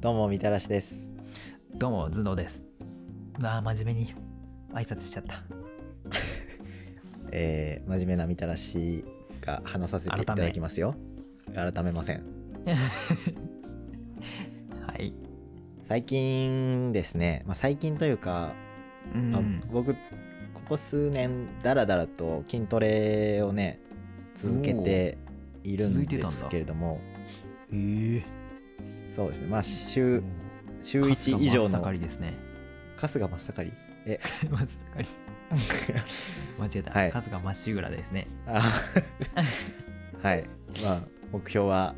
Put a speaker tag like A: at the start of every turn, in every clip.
A: どうもみたらしです
B: どうも頭脳ですうわあ真面目に挨拶しちゃ った
A: えー真面目なみたらしが話させていただきますよ改めません
B: はい
A: 最近ですね、まあ、最近というか、
B: うん
A: あ僕ここ数年だらだらと筋トレをね続けているんですけれども
B: えー、
A: そうですねまあ週週
B: 春日
A: 1以上
B: 真
A: の
B: っ盛りですね
A: 春日真っ盛りえ
B: 真っ盛り 間違えた、
A: はい
B: 春日真っしぐらですね
A: あはいまあ目標は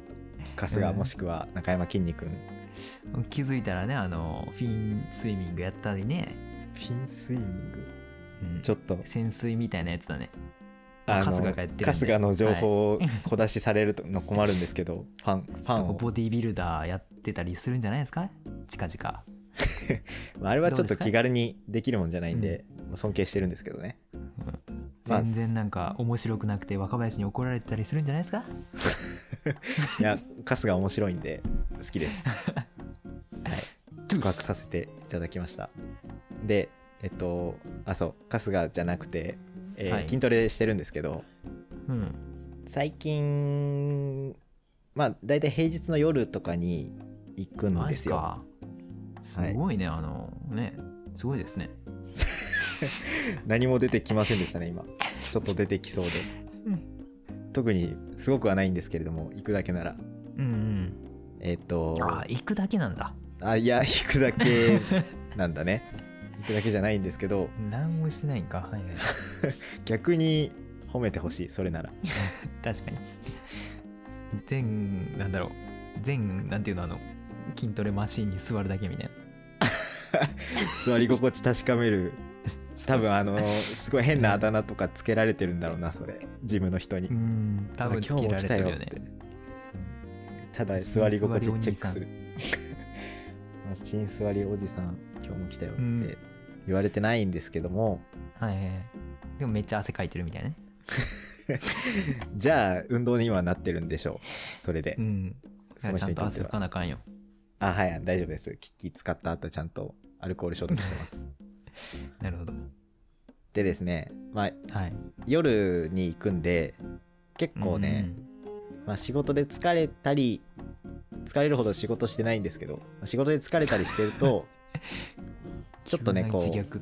A: 春日もしくは中山きんに君
B: 気づいたらねあのフィンスイミングやったりね、
A: フィンスイミング
B: うん
A: ちょっと
B: 潜水みたいなやつだね
A: あの
B: 春日がやってるんで
A: 春日の情報を小出しされるの困るんですけど、ファンファンを
B: ボディビルダーやってたりするんじゃないですか近々
A: まああれはちょっ
B: どう
A: と
B: ですか
A: 気軽にできるもんじゃないんで、まあ尊敬してるんですけどね。まあ
B: 全然なんか面白くなくて若林に怒られてたりするんじゃないですか
A: いや、春日面白いんで、好き です。
B: トゥ
A: 告白
B: ース
A: させていただきました。で、えっと、あ、そう、春日じゃなくて、えー
B: はい
A: 筋トレしてるんですけど、
B: うん
A: 最近、まあ、大体平日の夜とかに行くん
B: マ
A: で
B: ジ
A: すよ。
B: かすごいね、あのねすごいですね
A: 何も出てきませんでしたね今ちょっと出てきそうで
B: うん
A: 特にすごくはないんですけれども行くだけなら
B: うん
A: えっ、と
B: うんあ行くだけなんだ
A: あいや行くだけなんだ ね行くだけじゃないんですけど
B: 何もしてないんかはいはい
A: 逆に褒めてほしいそれなら
B: 確かに全なんだろう全なんていうのあの筋トレマシーンに座るだけみたいな
A: 座り心地確かめ る多分あのすごい変なあだ名とかつけられてるんだろうなそれジムの人に
B: うん多分つけられてるよね
A: 今日も来たよってただ座り心地チェックする 新座りおじさん今日も来たよっ
B: うん
A: て言われてないんですけども、
B: はいはいはいでもめっちゃ汗かいてるみたいなね
A: じゃあ運動にはなってるんでしょうそれで、
B: うんい
A: そ
B: や
A: の
B: ちゃ
A: 人
B: ん
A: に
B: と
A: とって
B: 汗か
A: は
B: なあかんよ
A: あはい大丈夫ですキッキ使った後ちゃんとアルコール消毒してます
B: なるほど
A: でですねまあ
B: はい
A: 夜に行くんで結構ね、まあ、仕事で疲れたり疲れるほど仕事してないんですけどまあ仕事で疲れたりしてる とちょっとね
B: 急な
A: こう
B: 自虐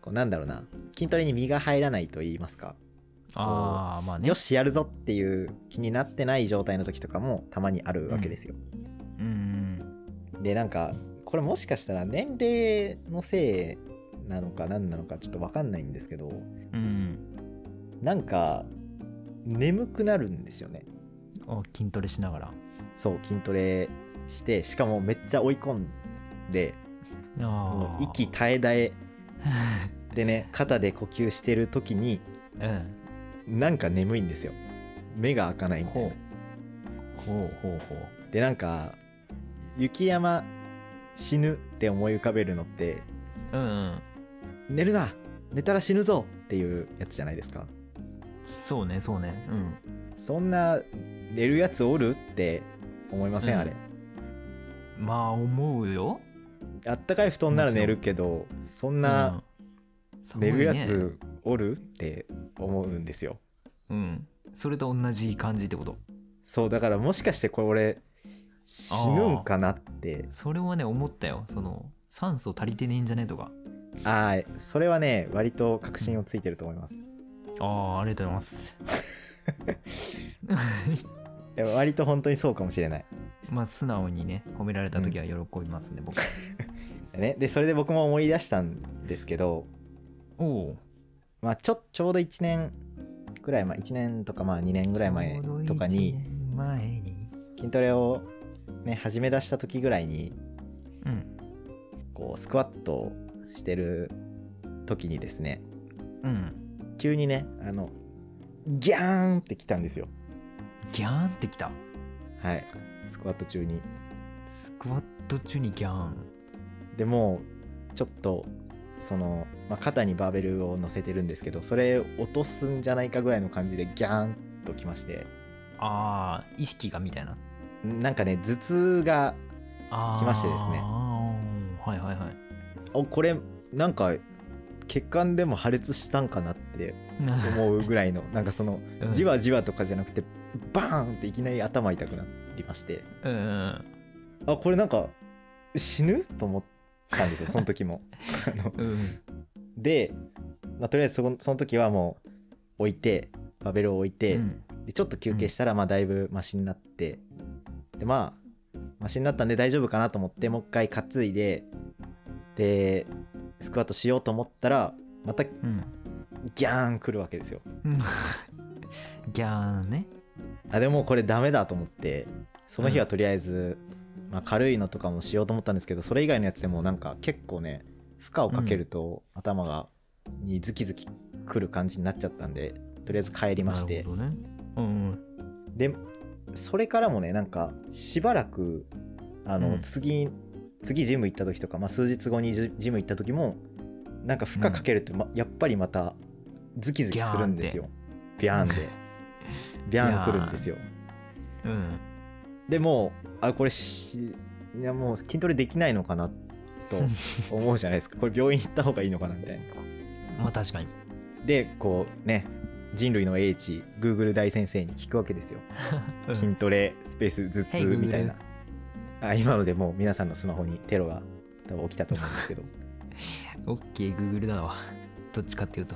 A: こうなんだろうな筋トレに身が入らないと言いますか
B: ああまあね
A: よしやるぞっていう気になってない状態の時とかもたまにあるわけですよ、
B: うん
A: でなんかこれもしかしたら年齢のせいなのか何なのかちょっと分かんないんですけど
B: うんうん
A: なんか眠くなるんですよね
B: お筋トレしながら
A: そう筋トレしてしかもめっちゃ追い込んで
B: あ
A: もう
B: ー
A: 息絶え絶えでね肩で呼吸してる時に
B: うん
A: なんか眠いんですよ目が開かないみたいな
B: ほうほうほうほう
A: でなんか雪山死ぬって思い浮かべるのって
B: うんうん
A: 寝るな寝たら死ぬぞっていうやつじゃないですか
B: そうねそうねうん
A: そんな寝るやつおるって思いません、
B: うん
A: あれ
B: まあ思うよ
A: あったかい布団なら寝るけどそんな
B: うん
A: 寝るや
B: 寒いね
A: つおるって思うんですよ
B: うんそれと同じ感じってこと
A: そうだからもしかしてこれ死ぬんかなって
B: それはね思ったよその酸素足りてねえんじゃねえとか
A: ああそれはね割と確信をついてると思います
B: ああありがとうございます
A: でも割と本当にそうかもしれない
B: まあ素直にね褒められた時は喜びますね、僕
A: ね、でそれで僕も思い出したんですけど、
B: お お
A: まあ、ちょちょうど1年ぐらい前1年とかまあ2年ぐらい前とかに
B: 前に
A: 筋トレを、ね、始め出した時ぐらいに
B: うん
A: こうスクワットをしてる時にですね
B: うん
A: 急にねあのギャーンってきたんですよ
B: ギャーンってきた
A: はいスクワット中に
B: スクワット中にギャーン
A: でもうちょっとその、まあ、肩にバーベルを乗せてるんですけどそれ落とすんじゃないかぐらいの感じでギャーンときまして
B: ああ意識がみたいな
A: なんかね頭痛が
B: あー
A: 来ましてですね
B: はいはいはい
A: おこれなんか血管でも破裂したんかなって思うぐらい のなんかその
B: うん
A: じわじわとかじゃなくてバーンっていきなり頭痛くなってまして
B: うんうん
A: あこれなんか死ぬと思ったん ですよその時も。あの
B: うん
A: で、まあ、とりあえずそこその時はもう置いてバベルを置いて、
B: うん
A: でちょっと休憩したらまあだいぶマシになってでまあマシになったんで大丈夫かなと思ってもう一回担いででスクワットしようと思ったらまたギ
B: うん
A: ャーン来るわけですよ
B: ギャーンね
A: あでもこれダメだと思ってその日はとりあえず、まあ、軽いのとかもしようと思ったんですけどそれ以外のやつでもなんか結構ね負荷をかけると頭がにズキズキくる感じになっちゃったんでとりあえず帰りまして
B: なるほどねうんうん
A: でそれからもねなんかしばらくあの、
B: うん
A: 次次ジム行った時とか、まあ、数日後にジジム行った時もなんか負荷かけると、まやっぱりまたズキズキするんですよビャーン でビャーンくるんですよ
B: うん
A: でもうあこれしいやもう筋トレできないのかな と思うじゃないですかこれ病院行った方がいいのかなみたいな
B: まあ確かに
A: でこうね人類の英知 Google 大先生に聞くわけですよ
B: うん
A: 筋トレスペース頭痛
B: Hey, Google
A: みたいな、あ今のでもう皆さんのスマホにテロが多分起きたと思うんですけ ど
B: オッケーグーグルだわどっちかっていうと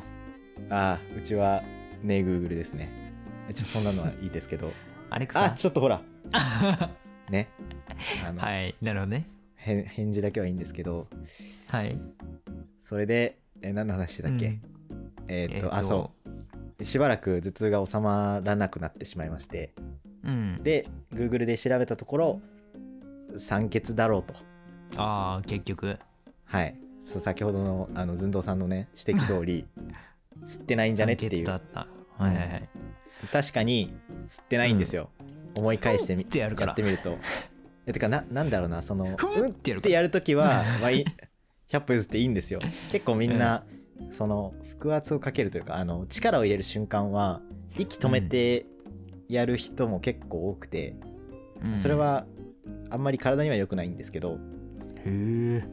A: ああうちはね Google ですねちょっとそんなのはいいです けど
B: アレク
A: あ
B: サ
A: ちょっと ほらねあの、
B: はいなるほどね
A: へん返事だけはいいんですけど
B: はい
A: それでえ何の話してたっけ、
B: うん
A: えーっと
B: えーっと
A: あそうしばらく頭痛が収まらなくなってしまいまして
B: うん
A: で Google で調べたところ酸欠だろうと
B: ああ結局
A: はいそう先ほどのあの寸胴さんのね指摘通 り吸ってないんじゃねってい
B: 酸欠だ
A: う
B: ったはいはいはい
A: 確かに吸ってないんですよ、思い返してみ
B: ふんってやるから
A: ってみるとえてかななんだろうなその
B: ふんって
A: っ
B: やるか
A: て
B: ら
A: やるときは、まあ、い100歩譲っていいんですよ結構みんな、その腹圧をかけるというかあの力を入れる瞬間は息止めてやる人も結構多くて、
B: うん
A: それはあんまり体には良くないんですけど
B: へえ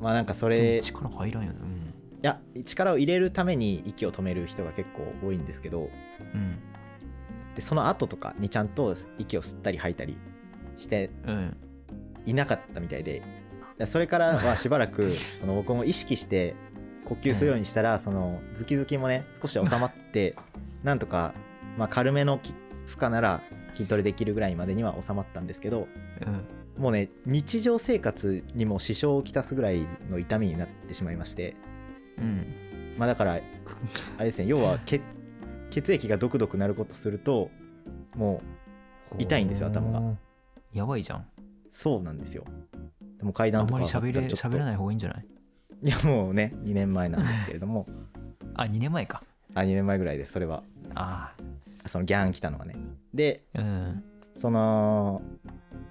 A: まあなんかそ
B: でも
A: れい
B: 力入らんよね
A: や力を入れるために息を止める人が結構多いんですけど
B: うん
A: でその後とかにちゃんと息を吸ったり吐いたりして
B: うんうん
A: いなかったみたいででそれからはしばらくその僕も意識して呼吸するようにしたら、そのズキズキもね少し収まってなんとか、まあ、軽めのき負荷なら筋トレできるぐらいまでには収まったんですけど
B: うん
A: もうね日常生活にも支障をきたすぐらいの痛みになってしまいまして
B: うん
A: まあだからあれ ですね要は血血液がドクドクなることするとも痛いんですよ頭が
B: やばいじゃん
A: うそうなんですよでも階
B: あ
A: 段
B: ん
A: と
B: ま
A: か
B: り
A: 上がった
B: 喋
A: ら
B: れ
A: ちょっと
B: 喋らない方がいいんじゃない
A: いやもうね2年前なんですけれども
B: あ2年前か
A: あ2年前ぐらいですそれは
B: あ
A: そのギャン来たのはねで
B: あうん
A: その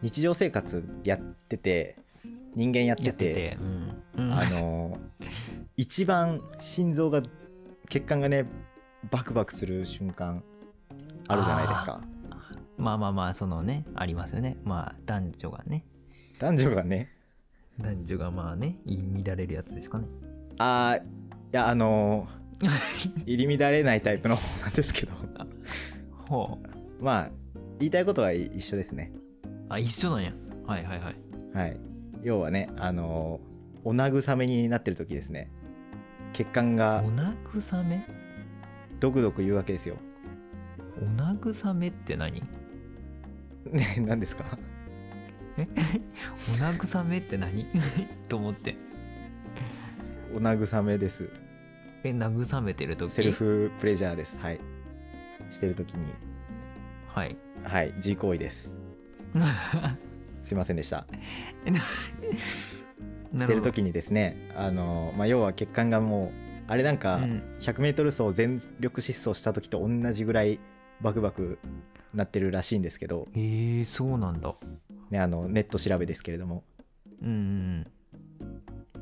A: 日常生活やってて人間やってて
B: やっててうんうん
A: あの一番心臓が血管がねバクバクする瞬間あるじゃないですか
B: まあまあまあそのねありますよねまあ男女がね
A: 男女がね
B: 男女がまあね入り乱れるやつですかね
A: あーいやあの 入り乱れないタイプの方なんですけど
B: ほう
A: まあ言いたいことは一緒ですね
B: あ一緒なんやはいはいはい
A: はい、要はね、あのーお慰めになってる時ですね血管が
B: おなぐさめ
A: ドクドク言うわけですよ。
B: おなぐさめって何
A: ね何ですか
B: おなぐさめって何 と思って
A: お慰めです。
B: え慰めてる時
A: セルフプレジャーです。はい。してる時に、
B: はい
A: はい、G 行為 です。すいませんでした。し
B: な
A: て
B: る
A: る
B: ほど
A: 時にですね、あのーまあ、要は血管がもう、あれなんか、
B: うん、
A: 100m 走全力疾走した時と同じぐらいバクバクなってるらしいんですけど、
B: えー、そうなんだ
A: ね、あのネット調べですけれども。
B: うんうん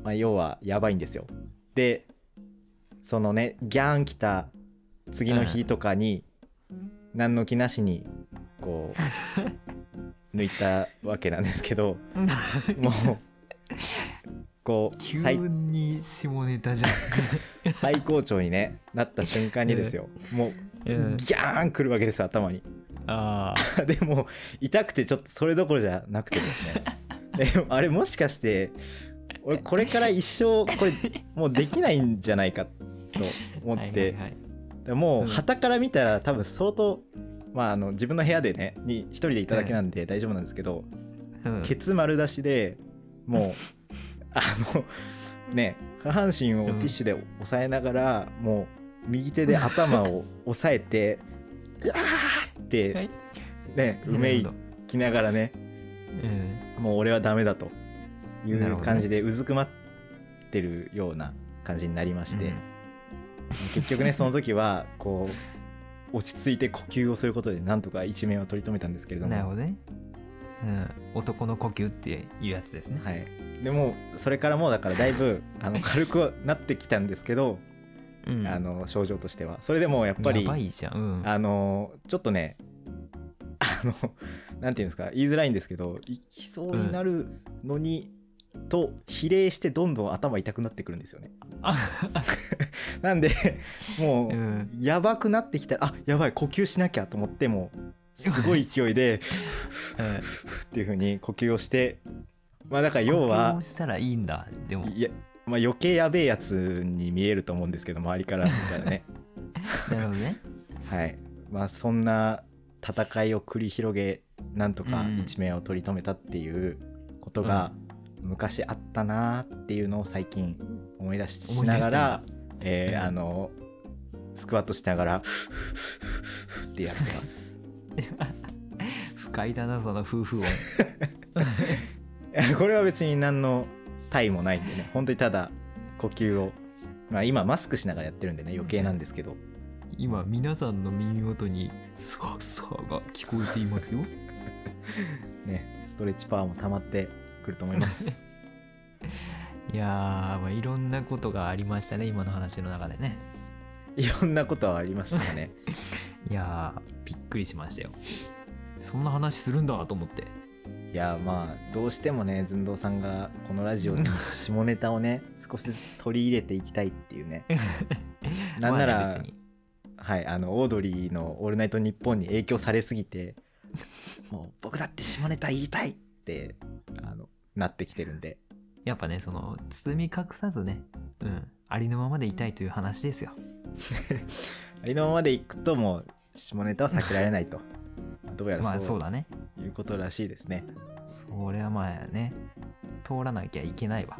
A: まあ、要はやばいんですよでそのねギャーン来た次の日とかに、何の気なしにこう 抜いたわけなんですけどもうこう
B: 急
A: 最
B: に下ネタじゃん。
A: 最高潮に、ね、なった瞬間にですよもう
B: うん
A: ギャーンくるわけですよ頭に
B: ああ。
A: でも痛くてちょっとそれどころじゃなくてです ねでもあれもしかして俺これから一生これもうできないんじゃないかと思って、
B: はいはいはい
A: でも
B: うん
A: う旗から見たら多分相当、まあ、あの自分の部屋でねに一人でいただけなんで大丈夫なんですけど、
B: うん
A: ケツ丸出しで もうあのね下半身をティッシュで押さえながら、もう右手で頭を押さえ て「うわー!」っ
B: は
A: て
B: い
A: ねうめいきながらね
B: うん
A: もう俺はダメだとい
B: なるほ
A: う
B: どね
A: 感じでうずくまってるような感じになりまして、結局ねその時はこう落ち着いて呼吸をすることでなんとか一命を取り留めたんですけれ
B: う
A: ど
B: ん、
A: も
B: なるほどね、うん、男の呼吸っていうやつですね、
A: はい、でもうそれからもうだからだいぶあの軽くはなってきたんですけど、
B: うん、
A: あの症状としてはそれでもやっぱり
B: やばいじゃん、うん、
A: あのちょっとねあのなんていうんですか言いづらいんですけど行きそうになるのに、と比例してどんどん頭痛くなってくるんですよ ね。なんでもう、
B: うん
A: やばくなってきたらあやばい呼吸しなきゃと思ってもうすごい勢いでっていう風に呼吸をしてまあだから要
B: こ
A: は
B: うしたらいいんだでも
A: いや、まあ、余計やべえやつに見えると思うんですけど周りから見たらね
B: なるほどね
A: はいまあそんな戦いを繰り広げなんとか
B: うん
A: 一命を取り留めたっていうことが昔あったなーっていうのを最近思い出し
B: 思い出
A: な
B: し
A: が
B: たん
A: ら
B: だ、
A: えー
B: うん
A: あのスクワットしながらってやってます。
B: 不快だなその夫婦音
A: いやこれは別に何の体もないんでね本当にただ呼吸を、まあ、今マスクしながらやってるんでね余計なんですけど、
B: 今皆さんの耳元にサーサーが聞こえていますよ
A: ねストレッチパワーも溜まってくると思います
B: いやー、まあ、いろんなことがありましたね今の話の中でね
A: いろんなことはありましたね
B: いやーびっくりしましたよそんな話するんだと思って
A: いやまあどうしてもね寸胴さんがこのラジオに下ネタをね少しずつ取り入れていきたいっていうね なんなら、
B: まあね別に
A: はいあのオードリーの「オールナイトニッポン」に影響されすぎてもう僕だって下ネタ言いたいってあのなってきてるんで
B: やっぱねその包み隠さずね、うん、ありのままでいたいという話ですよ
A: ありのままでいくともう下ネタは避けられ ないとどうや
B: ま
A: ら
B: あ
A: そ
B: そううだね
A: いうことらしいですね、
B: それはまあね通らなきゃいけないわ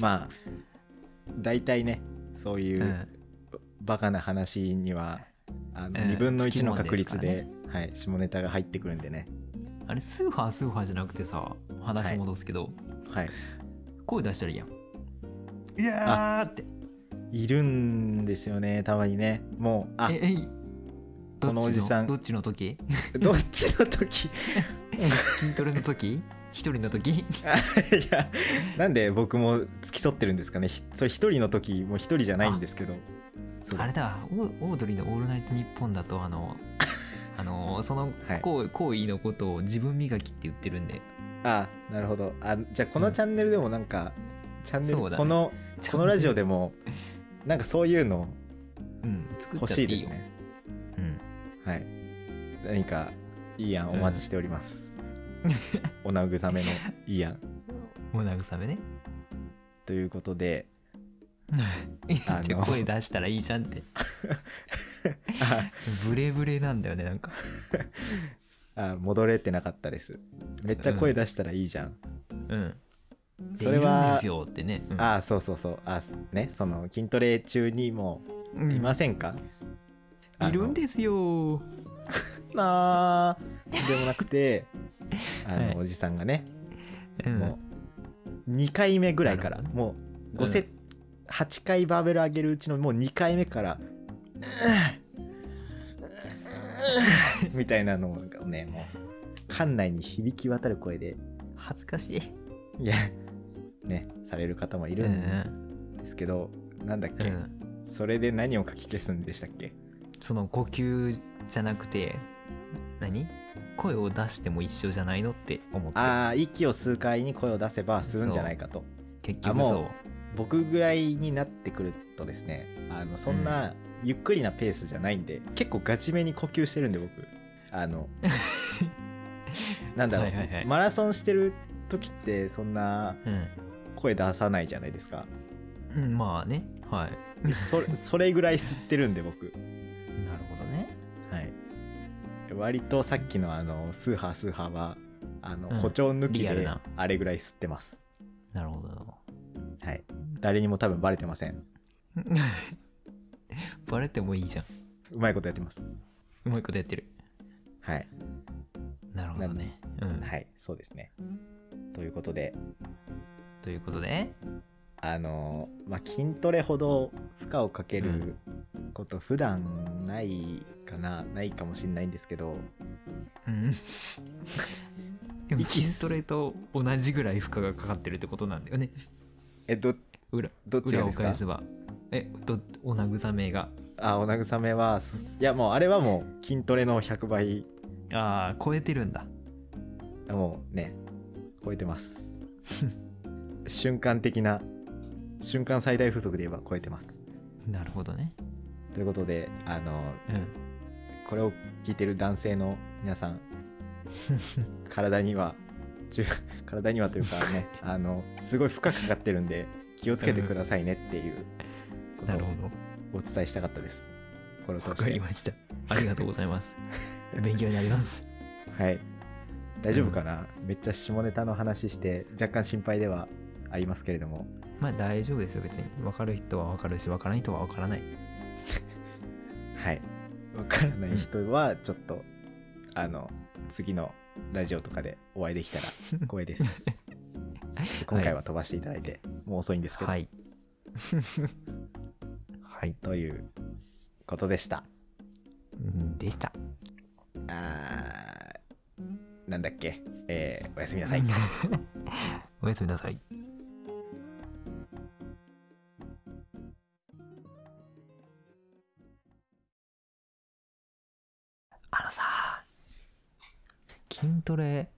A: まあ大体ねそう
B: う
A: いうんバカな話には、あの
B: うん
A: 2分の1の
B: つきもんです
A: 確率で
B: か
A: はい、下ネタが入ってくるんでね、
B: あれスーファースーファーじゃなくてさ話戻すけど、
A: はい、
B: 声出したらいいやんいやーって
A: いるんですよねたまにねもうあ
B: ええいど
A: こ
B: っち
A: のおじさん
B: どっちの時
A: どっちの時 い
B: 筋トレの時一人の時
A: やなんで僕も付き添ってるんですかねひそれ一人の時もう一人じゃないんですけどそう
B: あれだわオーオードリーの「オールナイトニッポン」だとあ のあのその
A: はい
B: 行為行為のことを自分磨きって言ってるんで
A: あなるほどあじゃあこのチャンネルでもなんか、チャンネル、
B: そうだね
A: このこのラジオでもなんかそういうの
B: うん、作っ
A: 欲
B: ちゃって
A: し
B: い
A: い
B: いよ。
A: ですね
B: うん、
A: はい何かいい案お待ちしております、お慰 めのいい案
B: お慰めね。
A: ということで あの
B: じゃあ声出したらいいじゃんって。
A: あ
B: ブレブレなんだよね、なんか。
A: あ戻れてなかったですめっちゃ声出したらいいじゃん、
B: うん。
A: それは
B: でいるんですよってね。うん、
A: あそうそうそうあねその筋トレ中にも
B: うん
A: いませんか、
B: いるん
A: で
B: ですよ。
A: なーでもなく てあの、
B: はい
A: おじさんがね
B: うん
A: もう2回目ぐらいから、
B: なるほ
A: もう5
B: うん
A: セット、8回バーベル上げるうちのもう2回目から 「みたいなのがねもう館内に響き渡る声で
B: 恥ずかしい。
A: いやねされる方もいる
B: うん
A: で
B: ん。
A: すけど、なんだっ
B: う
A: け、
B: ん。
A: それで何をかき消すんでしたっけ
B: その呼吸じゃなくて、何声を出しても一緒じゃないのって思って
A: ああ息を数回に声を出せばするんじゃないかと
B: 結
A: あ
B: 局
A: もう
B: そ
A: 僕ぐらいになってくるとですねあのそんなゆっくりなペースじゃないんで、結構ガチめに呼吸してるんで僕あ のなんだろう、
B: はいはいはい
A: マラソンしてる時ってそんな
B: ううん、
A: 声出さないじゃないですか
B: うん、まあねはい
A: それそれぐらい吸ってるんで僕
B: なるほどね
A: はい割とさっきのあのスーハースーハーはあの
B: うん
A: 誇張抜き
B: リアル
A: で
B: な
A: あれぐらい吸ってます、
B: なるほど
A: はい誰にも多分バレてません
B: バレてもいいじゃん
A: うまいことやってます
B: うまいことやってる
A: はい
B: なるほどねうん、
A: はい、そうですね。ということで、
B: ということで
A: あのーまあ、筋トレほど負荷をかけること、普段ないかな、ないかもしれないんですけど、
B: うん でも
A: 息吸う
B: 筋トレと同じぐらい負荷がかかってるってことなんだよね
A: え、ど、
B: 裏
A: どっちが
B: 裏
A: で
B: を
A: すか
B: 返せばえどお慰めが
A: あ、お慰めは、そいや、もうあれはもう筋トレの100倍、
B: ああ超えてるんだ
A: もうね、超えてます。 瞬間的な、瞬間最大風速で言えば超えてます。
B: なるほどね
A: ということで、あのー
B: うん
A: これを聞いてる男性の皆さ ん体にはちゅ体にはというか ねあのすごい負荷かかってるんで気をつけてくださいねっていうこ
B: なるほ
A: とをお伝えしたかったです。これを
B: ど
A: 通
B: わ
A: し
B: かり
A: て
B: ましたありがとうございます 勉強になります
A: はい大丈夫かな、めっちゃ下ネタの話して若干心配ではありますけれども
B: まあ大丈夫ですよ別に分かる人は分かるし分からない人は分からない
A: はいわからない人はちょっと、あの次のラジオとかでお会いできたら光栄です 今回は飛ばしていただいて、もう遅いんですけど、
B: はいはい
A: ということでした。
B: うんでした
A: あーなんだっけ、えーおやすみなさい。
B: おやすみなさいあのさ筋トレ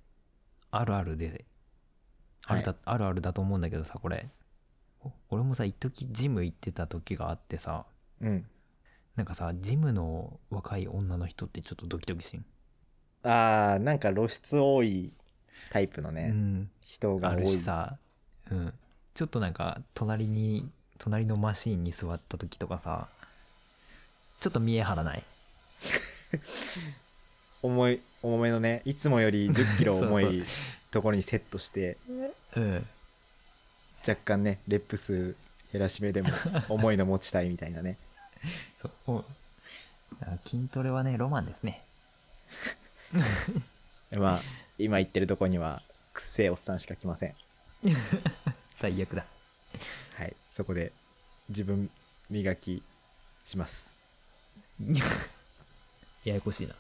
B: あるあるであるだ、あるあるだと思うんだけどさこれお俺もさ一時ジム行ってた時があってさ
A: うん。
B: なんかさジムの若い女の人ってちょっとドキドキしん、
A: あーなんか露出多いタイプの
B: う
A: ね、
B: ん、
A: 人が
B: あ
A: 多
B: るし
A: い。
B: さ、うん、ちょっとなんか隣に隣のマシーンに座った時とかさちょっと見え張らない
A: 重い、重めのね、いつもより10キロ重
B: そう
A: いところにセットして、
B: うん
A: 若干ね、レップ数減らし目で も重いの持ちたいみたいなね。
B: そうおあ筋トレはねロマンですね
A: まあ、今行ってるとこには、くっせえおっさんしか来ません。
B: 最 悪だ
A: はい、そこで自分磨きします。
B: ややこしいな